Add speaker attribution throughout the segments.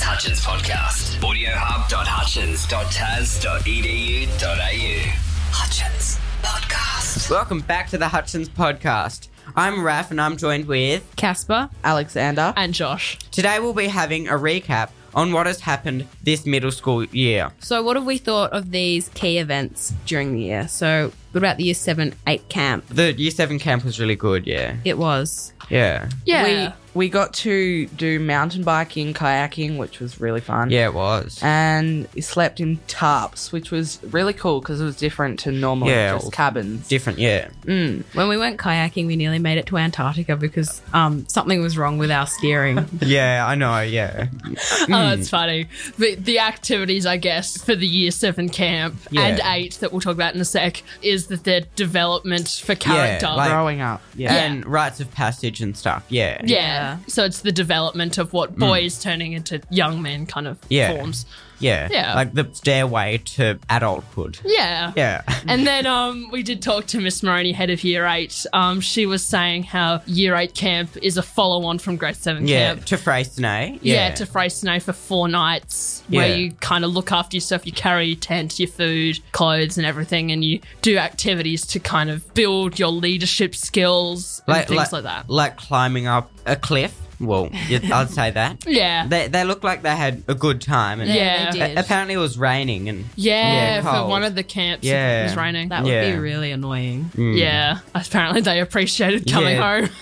Speaker 1: Hutchins podcast. E Audiohub.hutchins.tas.edu.au. Hutchins podcast.
Speaker 2: Welcome back to the Hutchins podcast. I'm Raph and I'm joined with.
Speaker 3: Casper
Speaker 2: Alexander.
Speaker 3: and Josh.
Speaker 2: Today we'll be having a recap on what has happened this middle school year.
Speaker 3: So, what have we thought of these key events during the year? So, what about the year seven, eight camp?
Speaker 2: The year seven camp was really good, yeah.
Speaker 3: It was.
Speaker 2: Yeah.
Speaker 4: We we got to do mountain biking, kayaking, which was really fun.
Speaker 2: Yeah, it was.
Speaker 4: And we slept in tarps, which was really cool because it was different to normal
Speaker 2: Yeah,
Speaker 4: just
Speaker 2: well,
Speaker 4: cabins.
Speaker 2: Different, yeah.
Speaker 4: mm.
Speaker 3: when we went kayaking, we nearly made it to Antarctica because um, something was wrong with our steering.
Speaker 2: Yeah, I know, yeah.
Speaker 5: Oh,
Speaker 2: Hmm.
Speaker 5: that's funny. The, the activities, I guess, for the year seven camp
Speaker 2: Yeah.
Speaker 5: and eight that we'll talk about in a sec is that their development for character. Yeah,
Speaker 2: like-
Speaker 4: Growing up, yeah.
Speaker 2: And rites of passage and stuff, yeah.
Speaker 3: Yeah.
Speaker 5: so it's the development of what boys turning into young men kind of
Speaker 2: Hmm. Yeah.
Speaker 5: forms.
Speaker 2: Yeah.
Speaker 5: Yeah.
Speaker 2: Like the stairway to adulthood.
Speaker 5: Yeah.
Speaker 2: Yeah.
Speaker 5: And then um, we did talk to Miss Moroney, head of Year Eight. Um, she was saying how Year Eight camp is a follow-on from Grade Seven
Speaker 2: Yeah.
Speaker 5: camp.
Speaker 2: To Freycinet.
Speaker 5: Yeah, to Freycinet for four nights
Speaker 2: Yeah.
Speaker 5: where you kind of look after yourself. You carry your tent, your food, clothes, and everything, and you do activities to kind of build your leadership skills and things like, that.
Speaker 2: Like climbing up a cliff. Well, you'd- I'd say that.
Speaker 5: Yeah.
Speaker 2: They, they looked like they had a good time. And
Speaker 5: Yeah.
Speaker 3: they
Speaker 2: a-
Speaker 3: did.
Speaker 2: apparently it was raining and
Speaker 5: yeah,
Speaker 2: Yeah,
Speaker 5: for
Speaker 2: cold.
Speaker 5: one of the camps,
Speaker 2: Yeah.
Speaker 5: it was raining.
Speaker 3: That would
Speaker 2: Yeah.
Speaker 3: be really annoying.
Speaker 5: yeah, apparently they appreciated coming
Speaker 2: Yeah.
Speaker 5: home.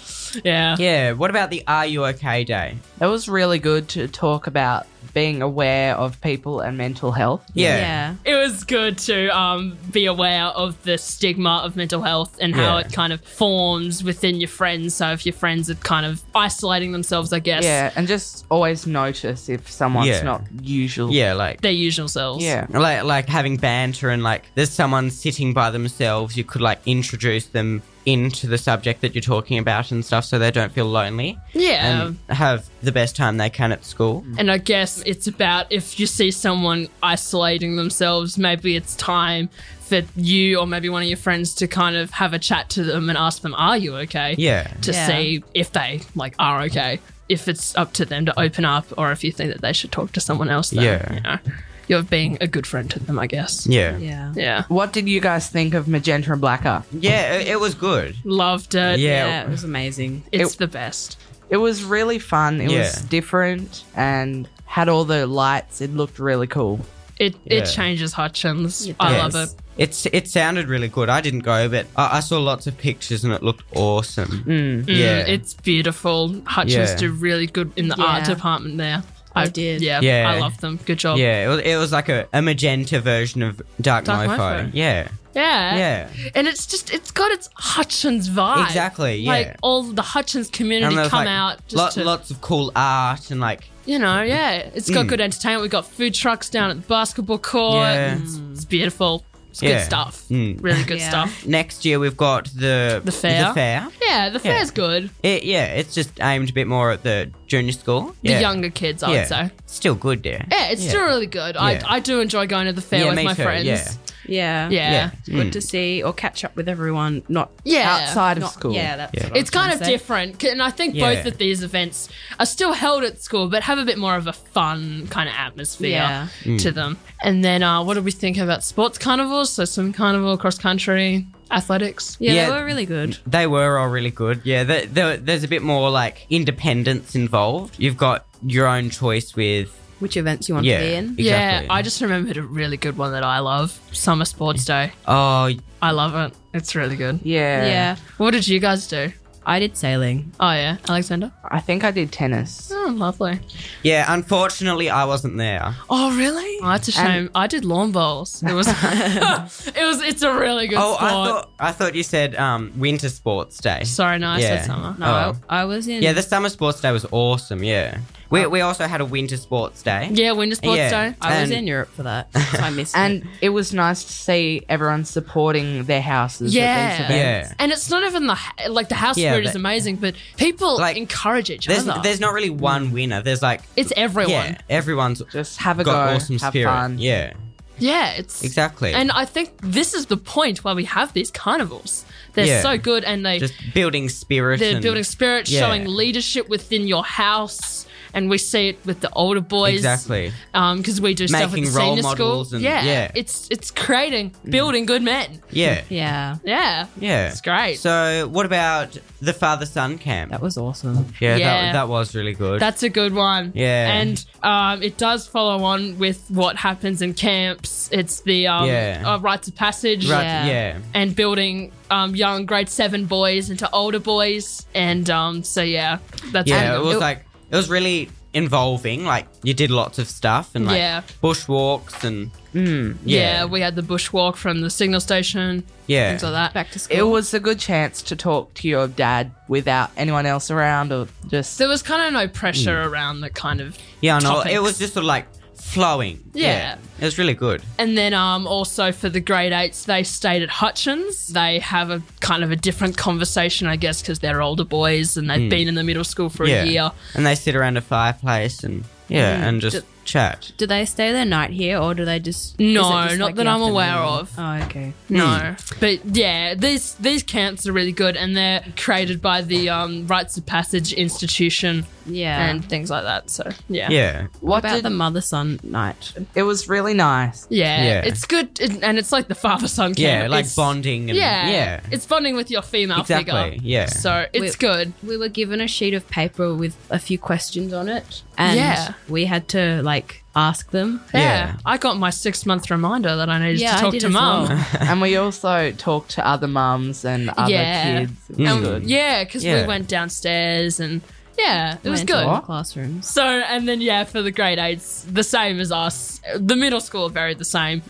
Speaker 5: yeah.
Speaker 2: yeah. What about the Are You Okay Day?
Speaker 4: It was really good to talk about being aware of people and mental health.
Speaker 2: Yeah.
Speaker 5: It was good to um, be aware of the stigma of mental health and how
Speaker 2: Yeah.
Speaker 5: it kind of forms within your friends. So if your friends are kind of isolating themselves, I guess,
Speaker 4: Yeah, and just always notice if someone's
Speaker 2: Yeah.
Speaker 4: not usual.
Speaker 2: Yeah, like
Speaker 5: their usual selves.
Speaker 4: Yeah.
Speaker 2: like like having banter and like there's someone sitting by themselves. You could like introduce them into the subject that you're talking about and stuff, so they don't feel lonely
Speaker 5: Yeah. Mm.
Speaker 2: and have the best time they can at school.
Speaker 5: And I guess it's about if you see someone isolating themselves, maybe it's time for you or maybe one of your friends to kind of have a chat to them and ask them, Are you okay?
Speaker 2: Yeah,
Speaker 5: To
Speaker 3: Yeah.
Speaker 5: see if they like are okay. If it's up to them to open up or if you think that they should talk to someone else, then,
Speaker 2: Yeah.
Speaker 5: you know, you're being a good friend to them, I guess.
Speaker 2: yeah, yeah.
Speaker 3: Yeah.
Speaker 5: Yeah.
Speaker 4: What did you guys think of Magenta and Blacker?
Speaker 2: it, it was good.
Speaker 5: Loved it.
Speaker 2: Yeah.
Speaker 3: it was amazing.
Speaker 5: It's the best.
Speaker 4: It was really fun. It was
Speaker 2: Yeah.
Speaker 4: different and had all the lights. It looked really cool.
Speaker 5: It
Speaker 2: Yeah.
Speaker 5: it changes Hutchins. I
Speaker 2: Yes.
Speaker 5: love it.
Speaker 2: It's it sounded really good. I didn't go, but I, I saw lots of pictures and it looked awesome. Yeah,
Speaker 5: Mm, it's beautiful. Hutchins
Speaker 2: Yeah.
Speaker 5: do really good in the art
Speaker 3: Yeah.
Speaker 5: department there.
Speaker 3: They did.
Speaker 5: Yeah,
Speaker 2: Yeah.
Speaker 5: I love them. Good job.
Speaker 2: yeah. It was, it was like a, a magenta version of Dark,
Speaker 5: Dark
Speaker 2: Mofo.
Speaker 5: Mofo.
Speaker 2: Yeah,
Speaker 5: yeah,
Speaker 2: yeah,
Speaker 5: And it's just it's got its Hutchins vibe.
Speaker 2: exactly. Yeah,
Speaker 5: Like all the Hutchins community
Speaker 2: And there's,
Speaker 5: come
Speaker 2: like,
Speaker 5: out just
Speaker 2: lot-
Speaker 5: to,
Speaker 2: lots of cool art and like
Speaker 5: you know, yeah. It's got
Speaker 2: Mm.
Speaker 5: good entertainment. We've got food trucks down at the basketball court.
Speaker 2: Yeah.
Speaker 5: It's, it's beautiful. It's
Speaker 2: Yeah.
Speaker 5: good stuff.
Speaker 2: Mm.
Speaker 5: Really good
Speaker 3: Mm. Yeah.
Speaker 5: stuff.
Speaker 2: next year we've got the
Speaker 5: The fair.
Speaker 2: The fair.
Speaker 5: Yeah, the fair's good.
Speaker 2: It, yeah, it's just aimed a bit more at the junior school.
Speaker 5: The
Speaker 2: yeah.
Speaker 5: younger kids, I
Speaker 2: yeah.
Speaker 5: would say.
Speaker 2: Still good there.
Speaker 5: Yeah, it's
Speaker 2: Yeah.
Speaker 5: still really good.
Speaker 2: Yeah.
Speaker 5: I, I do enjoy going to the fair
Speaker 2: Yeah,
Speaker 5: with
Speaker 2: me
Speaker 5: my
Speaker 2: too,
Speaker 5: friends.
Speaker 2: yeah.
Speaker 3: Yeah.
Speaker 5: Yeah.
Speaker 2: Yeah.
Speaker 3: Good
Speaker 2: Mm.
Speaker 3: to see or catch up with everyone. Not
Speaker 5: Yeah.
Speaker 4: Outside of
Speaker 3: not-
Speaker 4: school.
Speaker 3: Yeah, that's
Speaker 2: Yeah.
Speaker 3: what I
Speaker 5: It's
Speaker 3: was trying
Speaker 5: kind
Speaker 3: to
Speaker 5: of
Speaker 3: say.
Speaker 5: different, c- and I think
Speaker 2: Yeah.
Speaker 5: both of these events are still held at school, but have a bit more of a fun kind of atmosphere
Speaker 3: Yeah.
Speaker 2: Mm.
Speaker 5: to them. And then, uh, what do we think about sports carnivals? So, some carnival, cross country, athletics.
Speaker 3: Yeah,
Speaker 2: Yeah.
Speaker 3: they were really good.
Speaker 2: They were all really good. Yeah, the, the, there's a bit more like independence involved. You've got your own choice with
Speaker 3: Which events you want
Speaker 2: yeah,
Speaker 3: to be in?
Speaker 2: exactly.
Speaker 5: Yeah, I just remembered a really good one that I love Summer Sports Day.
Speaker 2: oh
Speaker 5: I love it. It's really good.
Speaker 4: Yeah.
Speaker 3: yeah.
Speaker 5: What did you guys do?
Speaker 3: I did sailing.
Speaker 5: Oh, yeah, Alexander.
Speaker 4: I think I did tennis.
Speaker 5: Oh, lovely.
Speaker 2: yeah. Unfortunately, I wasn't there.
Speaker 3: Oh, really?
Speaker 5: Oh, that's a shame. I did lawn bowls. It was, it was, it's a really good
Speaker 2: Oh,
Speaker 5: sport.
Speaker 2: I thought I thought you said um, winter sports day.
Speaker 5: Sorry, no, I
Speaker 2: yeah.
Speaker 5: said summer.
Speaker 3: No,
Speaker 2: Oh.
Speaker 3: I, I was in.
Speaker 2: Yeah, the summer sports day was awesome. Yeah,
Speaker 4: Oh.
Speaker 2: we we also had a winter sports day.
Speaker 5: Yeah, winter sports
Speaker 2: Yeah.
Speaker 5: day.
Speaker 3: I was
Speaker 2: and-
Speaker 3: in Europe for that. so I missed it.
Speaker 4: And it was nice to see everyone supporting their houses. Yeah. At these
Speaker 5: Yeah.
Speaker 4: events.
Speaker 2: Yeah.
Speaker 5: And it's not even the h- like the house
Speaker 2: Yeah,
Speaker 5: spirit is
Speaker 2: but-
Speaker 5: amazing, but people
Speaker 2: Like,
Speaker 5: encourage each
Speaker 2: There's
Speaker 5: other.
Speaker 2: there's not really one winner. There's like
Speaker 5: it's everyone.
Speaker 2: yeah, everyone's
Speaker 4: Just have a
Speaker 2: got
Speaker 4: go.
Speaker 2: awesome
Speaker 4: have
Speaker 2: spirit.
Speaker 4: fun.
Speaker 2: Yeah,
Speaker 5: Yeah, it's
Speaker 2: exactly.
Speaker 5: And I think this is the point where we have these carnivals They're
Speaker 2: Yeah.
Speaker 5: so good, and they
Speaker 2: Just building spirit.
Speaker 5: they're
Speaker 2: and-
Speaker 5: building spirit,
Speaker 2: Yeah.
Speaker 5: showing leadership within your house, and we see it with the older boys.
Speaker 2: Exactly.
Speaker 5: because we do stuff at
Speaker 2: Making
Speaker 5: the
Speaker 2: role
Speaker 5: senior
Speaker 2: models
Speaker 5: school.
Speaker 2: and-
Speaker 5: yeah,
Speaker 2: yeah.
Speaker 5: it's it's creating, building good men.
Speaker 2: Yeah.
Speaker 3: Yeah.
Speaker 5: Yeah,
Speaker 2: Yeah.
Speaker 5: it's great.
Speaker 2: So, what about the father son camp?
Speaker 4: That was awesome.
Speaker 2: yeah, That,
Speaker 5: Yeah.
Speaker 2: that was really good.
Speaker 5: That's a good one.
Speaker 2: Yeah.
Speaker 5: and um, it does follow on with what happens in camps. It's the um,
Speaker 2: Yeah.
Speaker 5: uh, rites of passage.
Speaker 2: right.
Speaker 3: yeah.
Speaker 2: Yeah.
Speaker 5: And building um, young grade seven boys into older boys, and um, so yeah, that's
Speaker 2: Yeah.
Speaker 5: one.
Speaker 2: It was
Speaker 5: It-
Speaker 2: like it was really involving. Like you did lots of stuff and like
Speaker 5: Yeah. Mm,
Speaker 2: bushwalks and
Speaker 5: yeah.
Speaker 2: yeah.
Speaker 5: We had the bushwalk from the signal station,
Speaker 2: yeah.
Speaker 5: things like that.
Speaker 3: Back to school.
Speaker 4: It was a good chance to talk to your dad without anyone else around or just.
Speaker 5: There was kind of no pressure around the kind of
Speaker 2: Mm. Yeah, no, it
Speaker 5: topics.
Speaker 2: was just sort of like flowing.
Speaker 5: Yeah.
Speaker 2: It was really good.
Speaker 5: And then um, also for the grade eights, they stayed at Hutchins. They have a kind of a different conversation, I guess, because they're older boys and they've been in the middle school for
Speaker 2: Hmm. yeah.
Speaker 5: a year. Mm,
Speaker 2: And they sit around a fireplace and yeah, and just
Speaker 3: Ju-
Speaker 2: chat.
Speaker 3: do they stay the night here or do they just.
Speaker 5: No,
Speaker 3: is it just
Speaker 5: not
Speaker 3: like
Speaker 5: that
Speaker 3: the
Speaker 5: I'm aware
Speaker 3: afternoon?
Speaker 5: of.
Speaker 3: Oh, okay.
Speaker 2: Hmm.
Speaker 5: No, but yeah, these these camps are really good, and they're created by the um, Rites of Passage Institution
Speaker 3: Yeah.
Speaker 5: and things like that. So yeah,
Speaker 2: Yeah.
Speaker 4: What
Speaker 3: about
Speaker 4: did-
Speaker 3: the mother son night?
Speaker 4: It was really nice.
Speaker 5: yeah,
Speaker 2: Yeah.
Speaker 5: it's good, and and it's like the father son camp.
Speaker 2: Yeah, like
Speaker 5: It's-
Speaker 2: bonding and
Speaker 5: Yeah,
Speaker 2: yeah.
Speaker 5: it's bonding with your female
Speaker 2: Exactly,
Speaker 5: figure.
Speaker 2: yeah.
Speaker 5: so it's
Speaker 3: Wait.
Speaker 5: good.
Speaker 3: We were given a sheet of paper with a few questions on it, and
Speaker 5: Yeah.
Speaker 3: we had to like ask them.
Speaker 5: Yeah.
Speaker 2: Yeah.
Speaker 5: I got my six month reminder that I needed
Speaker 3: Yeah, I
Speaker 5: to talk
Speaker 3: did
Speaker 5: to
Speaker 3: as
Speaker 5: mum.
Speaker 3: well.
Speaker 4: and we also talked to other mums and other
Speaker 5: Yeah.
Speaker 4: kids. It was
Speaker 2: Mm.
Speaker 4: good.
Speaker 5: Yeah, because
Speaker 2: Yeah.
Speaker 5: we went downstairs and yeah, it
Speaker 3: We
Speaker 5: was
Speaker 3: went to
Speaker 5: good.
Speaker 3: all the classrooms.
Speaker 5: So, and then yeah, for the grade eights, the same as us. The middle school are very the same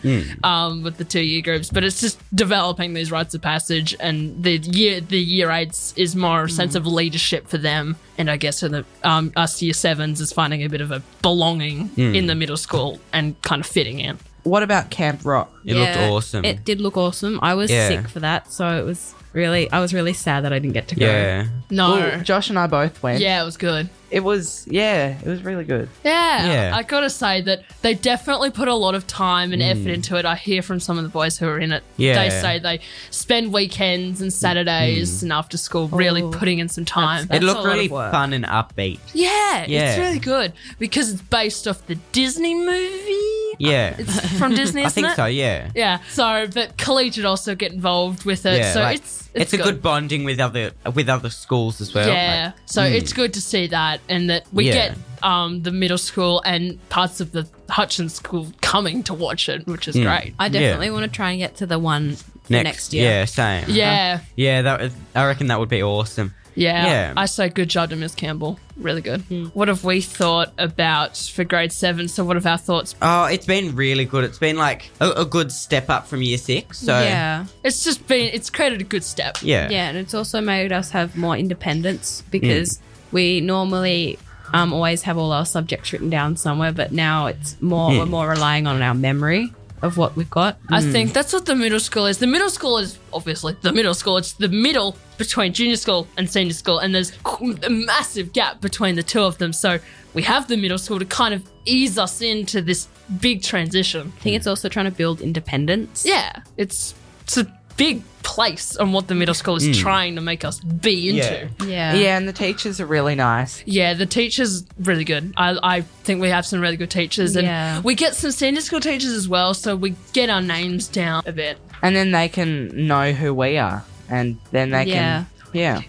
Speaker 5: um, with the two year groups, but it's just developing these rites of passage, and the year the year eights is more a sense of leadership for them, and I guess for the um, us year sevens is finding a bit of a belonging in the middle school and kind of fitting in.
Speaker 4: What about Camp Rock?
Speaker 2: It looked awesome.
Speaker 3: It did look awesome. I was
Speaker 2: Yeah.
Speaker 3: sick for that, so it was really I was really sad that I didn't get to go.
Speaker 2: yeah.
Speaker 5: No,
Speaker 4: Ooh, Josh and I both went.
Speaker 5: yeah, it was good.
Speaker 4: It was, yeah, it was really good.
Speaker 5: Yeah,
Speaker 2: Yeah.
Speaker 5: I gotta say that they definitely put a lot of time and effort into it. I hear from some of the boys who are in it.
Speaker 2: Mm. Yeah. Mm.
Speaker 5: They say they spend weekends and Saturdays and after school really
Speaker 3: Oh,
Speaker 5: putting in some time.
Speaker 2: It
Speaker 3: That's a
Speaker 2: looked
Speaker 3: lot
Speaker 2: really
Speaker 3: of work.
Speaker 2: fun and upbeat.
Speaker 5: yeah,
Speaker 2: Yeah.
Speaker 5: it's really good because it's based off the Disney movie.
Speaker 2: Yeah.
Speaker 5: It's from Disney,
Speaker 2: I
Speaker 5: isn't
Speaker 2: think
Speaker 5: it?
Speaker 2: so, yeah.
Speaker 5: Yeah. So, but collegiate also get involved with it.
Speaker 2: Yeah,
Speaker 5: so
Speaker 2: like,
Speaker 5: it's,
Speaker 2: it's, a good bonding with other with other schools as well. Hmm.
Speaker 5: Yeah. so it's good to see that and that we
Speaker 2: Yeah.
Speaker 5: get um, the middle school and parts of the Hutchins school coming to watch it, which
Speaker 2: Hmm.
Speaker 5: is great.
Speaker 3: I definitely want to try and get to the one next,
Speaker 2: Like,
Speaker 3: next year.
Speaker 2: Yeah, same.
Speaker 5: Yeah.
Speaker 2: Yeah, that was, I reckon that would be awesome.
Speaker 5: Yeah.
Speaker 2: Yeah.
Speaker 5: I say good job to Miss Campbell. Really good. What have we thought about for grade seven? So what have our thoughts?
Speaker 2: Oh, it's been really good. It's been like a, a good step up from year six. So
Speaker 3: yeah,
Speaker 5: It's just been it's created a good step.
Speaker 2: yeah,
Speaker 3: yeah, and it's also made us have more independence because we normally um, always have all our subjects written down somewhere, but now it's more we're more relying on our memory of what we've got.
Speaker 5: I
Speaker 2: Hmm.
Speaker 5: think that's what the middle school is. The middle school is obviously the middle school. It's the middle between junior school and senior school, and there's a massive gap between the two of them. So we have the middle school to kind of ease us into this big transition.
Speaker 3: I think it's also trying to build independence.
Speaker 5: Yeah, it's it's a big place on what the middle school is trying to make us be into.
Speaker 2: Hmm. Yeah.
Speaker 3: Yeah.
Speaker 4: Yeah, and the teachers are really nice.
Speaker 5: Yeah, the teachers really good. I, I think we have some really good teachers, and
Speaker 3: Yeah.
Speaker 5: we get some senior school teachers as well. So we get our names down a bit.
Speaker 4: And then they can know who we are. And then they
Speaker 3: Yeah.
Speaker 4: can, yeah,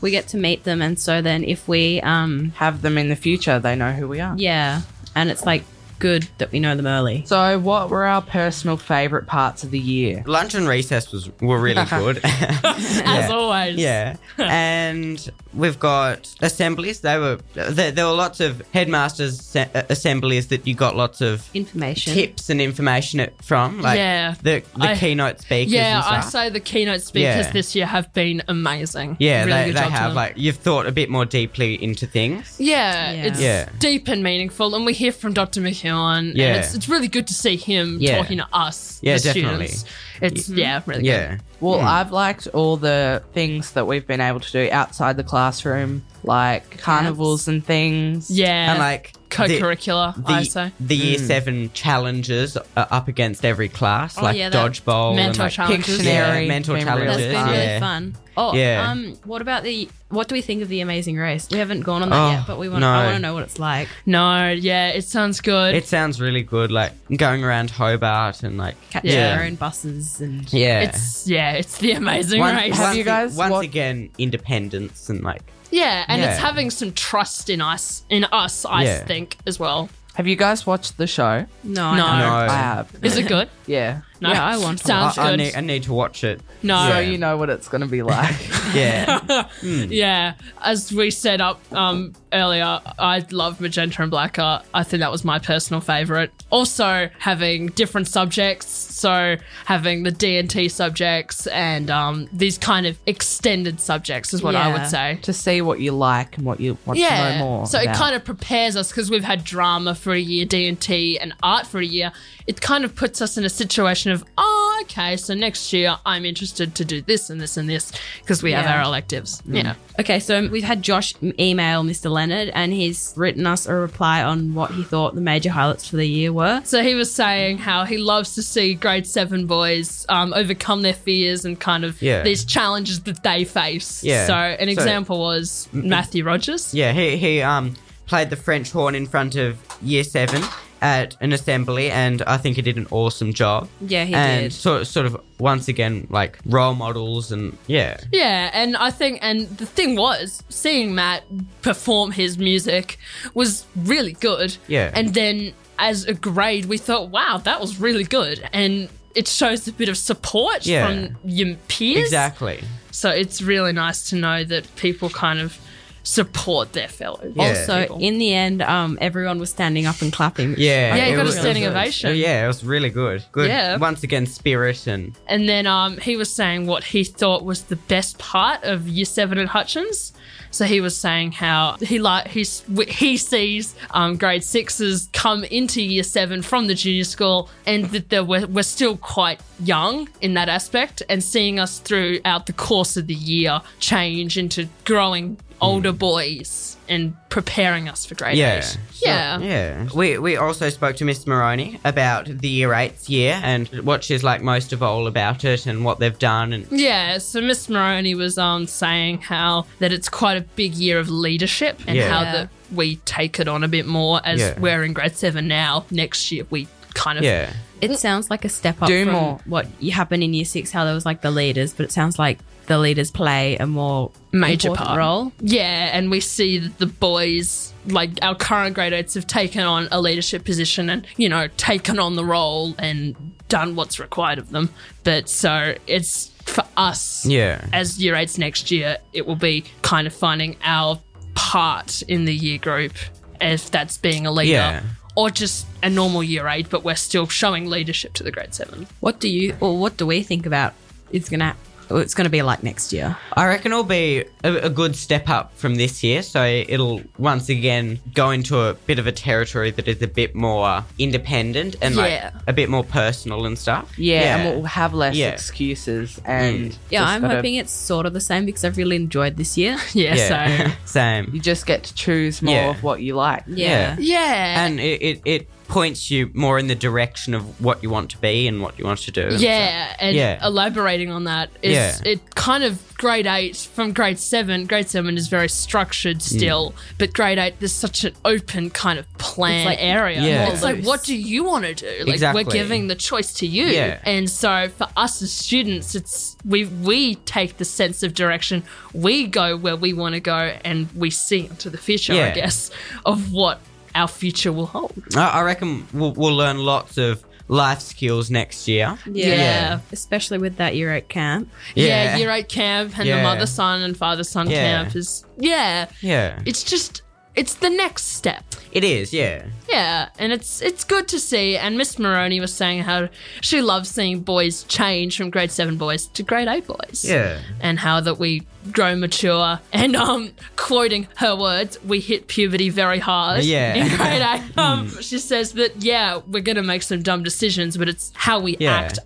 Speaker 3: We get to meet them and so then if we um
Speaker 4: have them in the future. They know who we are.
Speaker 3: yeah, and it's like good that we know them early.
Speaker 4: So, what were our personal favourite parts of the year?
Speaker 2: Lunch and recess was were really good.
Speaker 5: As always,
Speaker 2: Yeah, and we've got assemblies. They were there, there were lots of headmasters se- uh, assemblies that you got lots of
Speaker 3: Information.
Speaker 2: tips and information it- from, like
Speaker 5: Yeah.
Speaker 2: the the
Speaker 5: I-
Speaker 2: keynote speakers.
Speaker 5: yeah. I
Speaker 2: and stuff.
Speaker 5: say the keynote speakers
Speaker 2: Yeah.
Speaker 5: this year have been amazing.
Speaker 2: yeah,
Speaker 5: Really
Speaker 2: they,
Speaker 5: good
Speaker 2: they
Speaker 5: job to
Speaker 2: have
Speaker 5: them.
Speaker 2: like you've thought a bit more deeply into things.
Speaker 5: Yeah,
Speaker 3: Yeah.
Speaker 5: it's
Speaker 2: Yeah.
Speaker 5: deep and meaningful, and we hear from Dr. Mich- Killen. and
Speaker 2: Yeah.
Speaker 5: it's, it's really good to see him
Speaker 2: Yeah.
Speaker 5: talking to us.
Speaker 2: Yeah,
Speaker 5: the
Speaker 2: definitely.
Speaker 5: Students. It's yeah, really good.
Speaker 2: Yeah.
Speaker 4: Well, I've liked all the things that we've been able to do outside the classroom, like carnivals and things.
Speaker 5: Yeah,
Speaker 2: And like the,
Speaker 5: co-curricular. I
Speaker 2: the,
Speaker 5: say
Speaker 2: the year
Speaker 4: Hmm.
Speaker 2: seven challenges are up against every class,
Speaker 5: Oh,
Speaker 2: like
Speaker 5: yeah, that
Speaker 2: dodgeball, and
Speaker 5: mentor
Speaker 2: like
Speaker 5: challenges.
Speaker 2: yeah,
Speaker 4: Dictionary,
Speaker 2: mental
Speaker 4: memory
Speaker 2: challenges.
Speaker 3: That's been
Speaker 5: Yeah.
Speaker 3: really fun. Oh,
Speaker 2: Yeah.
Speaker 3: um, what about the? What do we think of the Amazing Race? We haven't gone on that
Speaker 2: Oh,
Speaker 3: yet, but we want.
Speaker 2: no.
Speaker 3: I want to know what it's like.
Speaker 5: No, yeah, it sounds good.
Speaker 2: It sounds really good, like going around Hobart and like
Speaker 3: Catching
Speaker 2: yeah.
Speaker 3: our own buses and
Speaker 2: Yeah.
Speaker 5: It's yeah, it's the amazing
Speaker 2: Once-
Speaker 5: race.
Speaker 4: Have
Speaker 2: once-
Speaker 4: you guys
Speaker 2: once
Speaker 4: wa-
Speaker 2: again independence and like
Speaker 5: yeah, and it's
Speaker 2: Yeah.
Speaker 5: having some trust in us, in us, I
Speaker 2: Yeah.
Speaker 5: think as well.
Speaker 4: Have you guys watched the show?
Speaker 3: no,
Speaker 5: No.
Speaker 3: I
Speaker 2: no
Speaker 4: I have.
Speaker 5: Is it good?
Speaker 4: Yeah.
Speaker 5: No,
Speaker 3: Yeah, I want to
Speaker 5: Sounds
Speaker 2: I, I,
Speaker 5: good.
Speaker 2: need, I need to watch it
Speaker 5: no,
Speaker 4: So
Speaker 2: Yeah.
Speaker 4: you know what it's going to be like.
Speaker 2: yeah
Speaker 5: Yeah, as we set up um, earlier, I love Magenta and Black Art. I think that was my personal favorite. Also, having different subjects, so having the D and T subjects and um, these kind of extended subjects is what I
Speaker 3: Yeah.
Speaker 5: would say.
Speaker 4: to see what you like and what you want to
Speaker 5: Yeah,
Speaker 4: know more.
Speaker 5: so it
Speaker 4: about.
Speaker 5: kind of prepares us because we've had drama for a year, D and T, and art for a year. It kind of puts us in a situation of, oh, okay, so next year I'm interested to do this and this and this because we have
Speaker 3: Yeah.
Speaker 5: our electives.
Speaker 4: Mm.
Speaker 5: Yeah.
Speaker 3: Okay, so we've had Josh email Mr. Leonard, and he's written us a reply on what he thought the major highlights for the year were.
Speaker 5: So he was saying how he loves to see grade seven boys um, overcome their fears and kind of
Speaker 2: Yeah.
Speaker 5: these challenges that they face.
Speaker 2: Yeah.
Speaker 5: So an
Speaker 2: So-
Speaker 5: example was Matthew Rogers.
Speaker 2: Yeah, he he um played the French horn in front of Year Seven at an assembly, and I think he did an awesome job.
Speaker 3: Yeah, he
Speaker 2: and
Speaker 3: did.
Speaker 2: sort sort of once again like role models, and yeah,
Speaker 5: Yeah, and I think, and the thing was, seeing Matt perform his music was really good.
Speaker 2: Yeah.
Speaker 5: And then as a grade, we thought, wow, that was really good. And it shows a bit of support
Speaker 2: Yeah.
Speaker 5: from your peers.
Speaker 2: exactly.
Speaker 5: So it's really nice to know that people kind of support their fellows.
Speaker 2: Yeah.
Speaker 3: Also,
Speaker 5: people.
Speaker 3: in the end, um, everyone was standing up and clapping. which-
Speaker 2: Yeah,
Speaker 5: Yeah,
Speaker 2: it
Speaker 5: you got a
Speaker 2: was-
Speaker 5: standing
Speaker 2: it was-
Speaker 5: ovation.
Speaker 2: Yeah, it was really good. Good.
Speaker 5: Yeah.
Speaker 2: Once again, spirit and
Speaker 5: And then um, he was saying what he thought was the best part of Year Seven at Hutchins. So he was saying how he like he's he sees um, grade sixes come into Year Seven from the junior school, and that they we're, we're still quite young in that aspect, and seeing us throughout the course of the year change into growing older boys and preparing us for grade
Speaker 2: Hmm. yeah.
Speaker 5: eight. Yeah.
Speaker 2: Yeah. We we also spoke to Miss Moroni about the year eight's year and what she's like most of all about it and what they've done and
Speaker 5: Yeah, so Miss Maroney was um saying how that it's quite a big year of leadership and
Speaker 2: Yeah.
Speaker 5: how
Speaker 3: Yeah.
Speaker 5: that we take it on a bit more as
Speaker 2: Yeah.
Speaker 5: we're in grade seven now. Next year we kind of
Speaker 2: yeah.
Speaker 3: It sounds like a step up
Speaker 4: Do
Speaker 3: from
Speaker 4: more.
Speaker 3: what you happened in year six, how there was like the leaders, but it sounds like the leaders play a more
Speaker 5: major
Speaker 3: important
Speaker 5: part.
Speaker 3: role.
Speaker 5: Yeah, and we see that the boys like our current grade eights have taken on a leadership position and you know taken on the role and done what's required of them. But so it's for us
Speaker 2: Yeah.
Speaker 5: as year eights next year, it will be kind of finding our part in the year group, if that's being a leader
Speaker 2: Yeah.
Speaker 5: or just a normal year eight, but we're still showing leadership to the grade seven.
Speaker 3: What do you or what do we think about? It's gonna it's gonna be like next year.
Speaker 2: I reckon it'll be a, a good step up from this year. So it'll once again go into a bit of a territory that is a bit more independent and like
Speaker 5: Yeah.
Speaker 2: a bit more personal and stuff.
Speaker 4: yeah, and we'll have less
Speaker 2: Yeah.
Speaker 4: excuses and
Speaker 3: Yeah,
Speaker 4: just
Speaker 3: I'm
Speaker 4: gotta-
Speaker 3: hoping it's sort of the same because I've really enjoyed this year.
Speaker 5: Yeah,
Speaker 2: Yeah.
Speaker 5: so
Speaker 2: Same.
Speaker 4: you just get to choose more
Speaker 2: Yeah.
Speaker 4: of what you like.
Speaker 2: Yeah.
Speaker 5: yeah,
Speaker 2: And it, it, it points you more in the direction of what you want to be and what you want to do. and
Speaker 5: Yeah, and
Speaker 2: Yeah.
Speaker 5: elaborating on that is
Speaker 2: Yeah.
Speaker 5: it kind of grade eight from grade seven. Grade seven is very structured still, but grade eight there's such an open kind of plan
Speaker 3: It's like-
Speaker 5: area.
Speaker 2: Yeah.
Speaker 5: It's like
Speaker 3: Loose.
Speaker 5: what do you want to do? Like
Speaker 2: Exactly.
Speaker 5: we're giving the choice to you,
Speaker 2: Yeah.
Speaker 5: and so for us as students, it's we we take the sense of direction. We go where we want to go, and we see into the future, I
Speaker 2: Yeah.
Speaker 5: guess, of what our future will hold.
Speaker 2: stuff. I, I reckon we'll, we'll learn lots of life skills next year.
Speaker 5: Yeah.
Speaker 3: Especially with that year at camp.
Speaker 5: Yeah,
Speaker 2: Yeah.
Speaker 5: year eight camp and
Speaker 2: Yeah.
Speaker 5: the mother son and father son
Speaker 2: Yeah.
Speaker 5: camp is yeah.
Speaker 2: Yeah.
Speaker 5: It's just it's the next step.
Speaker 2: It is, yeah.
Speaker 5: Yeah, and it's it's good to see. And Miss Maroney was saying how she loves seeing boys change from grade seven boys to grade eight boys.
Speaker 2: Yeah.
Speaker 5: and how that we grow mature. And um, quoting her words, we hit puberty very hard.
Speaker 2: Yeah. Hmm.
Speaker 5: In grade eight. Um, She says that, yeah, we're going to make some dumb decisions, but it's how we
Speaker 2: Yeah.
Speaker 5: act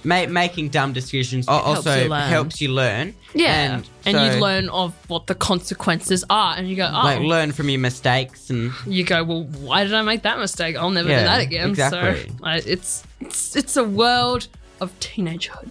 Speaker 2: and ma- making dumb decisions al-
Speaker 3: helps
Speaker 2: also
Speaker 3: you learn.
Speaker 2: helps you learn.
Speaker 5: yeah.
Speaker 2: and,
Speaker 5: And,
Speaker 2: so,
Speaker 5: you learn of what the consequences are. And you go, oh,
Speaker 2: like learn from your mistakes and
Speaker 5: you go, well, why did I make that mistake? I'll never
Speaker 2: Yeah,
Speaker 5: do that again.
Speaker 2: exactly.
Speaker 5: So like, it's, it's it's a world of teenagehood.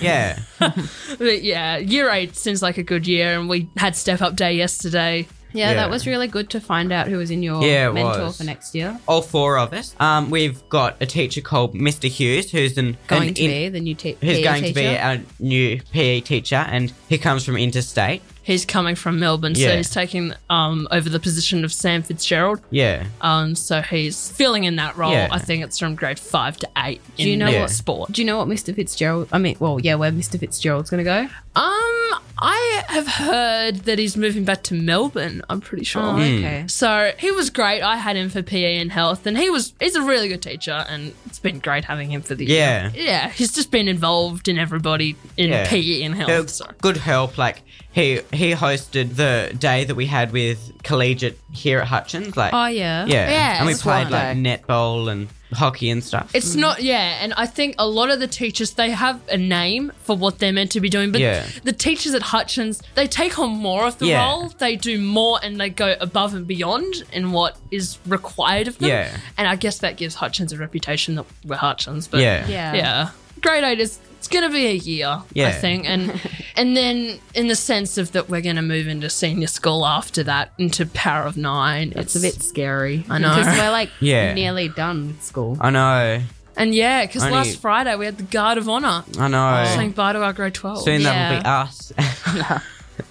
Speaker 2: yeah,
Speaker 5: But yeah, year eight seems like a good year, and we had step up day yesterday.
Speaker 3: Yeah,
Speaker 2: Yeah.
Speaker 3: that was really good to find out who was in your
Speaker 2: Yeah, it
Speaker 3: mentor
Speaker 2: was.
Speaker 3: for next year.
Speaker 2: all four of us. Um, we've got a teacher called Mr. Hughes who's an
Speaker 3: Going
Speaker 2: an
Speaker 3: to
Speaker 2: in-
Speaker 3: be the new te-
Speaker 2: who's
Speaker 3: PE
Speaker 2: going to
Speaker 3: teacher.
Speaker 2: be our new PE teacher, and he comes from interstate.
Speaker 5: He's coming from Melbourne,
Speaker 2: Yeah.
Speaker 5: so he's taking um, over the position of Sam Fitzgerald.
Speaker 2: Yeah,
Speaker 5: Um, so he's filling in that role.
Speaker 2: Yeah.
Speaker 5: I think it's from grade five to eight.
Speaker 3: Do you
Speaker 5: in
Speaker 3: know
Speaker 2: Yeah.
Speaker 3: what
Speaker 5: sport?
Speaker 3: Do you know what Mr. Fitzgerald? I mean, well, yeah, where Mr. Fitzgerald's going to go?
Speaker 5: Um, I have heard that he's moving back to Melbourne. I'm pretty
Speaker 2: Hmm.
Speaker 5: sure.
Speaker 3: Oh, okay.
Speaker 5: So he was great. I had him for PE and health, and he was he's a really good teacher, and it's been great having him for the
Speaker 2: Yeah.
Speaker 5: year. Oh, Yeah, he's just been involved in everybody in
Speaker 2: Yeah.
Speaker 5: PE and health.
Speaker 2: It's
Speaker 5: So.
Speaker 2: good help. Like he he hosted the day that we had with collegiate here at Hutchins. Like
Speaker 3: Oh yeah.
Speaker 2: yeah,
Speaker 5: yeah,
Speaker 2: and we
Speaker 5: it's
Speaker 2: played
Speaker 4: fun.
Speaker 2: like netball and hockey and stuff.
Speaker 5: It's not, yeah, and I think a lot of the teachers they have a name for what they're meant to be doing, but
Speaker 2: Yeah.
Speaker 5: the teachers at Hutchins they take on more of the
Speaker 2: Yeah.
Speaker 5: role, they do more, and they go above and beyond in what is required of them.
Speaker 2: Yeah.
Speaker 5: and I guess that gives Hutchins a reputation that we're Hutchins, but
Speaker 2: yeah,
Speaker 3: Yeah.
Speaker 5: yeah. Grade eight is it's gonna be a year,
Speaker 2: Yeah.
Speaker 5: I think, and and then in the sense of that we're gonna move into senior school after that, into power of nine.
Speaker 3: It's a bit scary.
Speaker 5: I know.
Speaker 3: Because we're like
Speaker 2: Yeah.
Speaker 3: nearly done with school.
Speaker 2: I know,
Speaker 5: and yeah, because
Speaker 2: Only-
Speaker 5: last Friday we had the guard of honor
Speaker 2: I know.
Speaker 5: saying bye to our grade twelve.
Speaker 2: Soon
Speaker 3: Yeah.
Speaker 2: that will be us.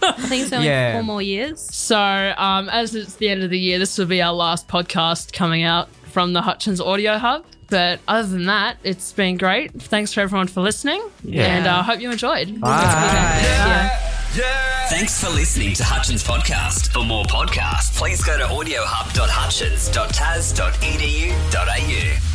Speaker 3: I think it's only
Speaker 2: Yeah.
Speaker 3: four more years.
Speaker 5: So um, as it's the end of the year, this will be our last podcast coming out from the Hutchins Audio Hub. But other than that, it's been great. Thanks for everyone for listening,
Speaker 2: Yeah.
Speaker 5: and I uh, hope you enjoyed.
Speaker 2: Bye.
Speaker 1: Thanks for listening to Hutchins Podcast. For E more podcasts, please go to audiohub.hutchins.tas.edu.au.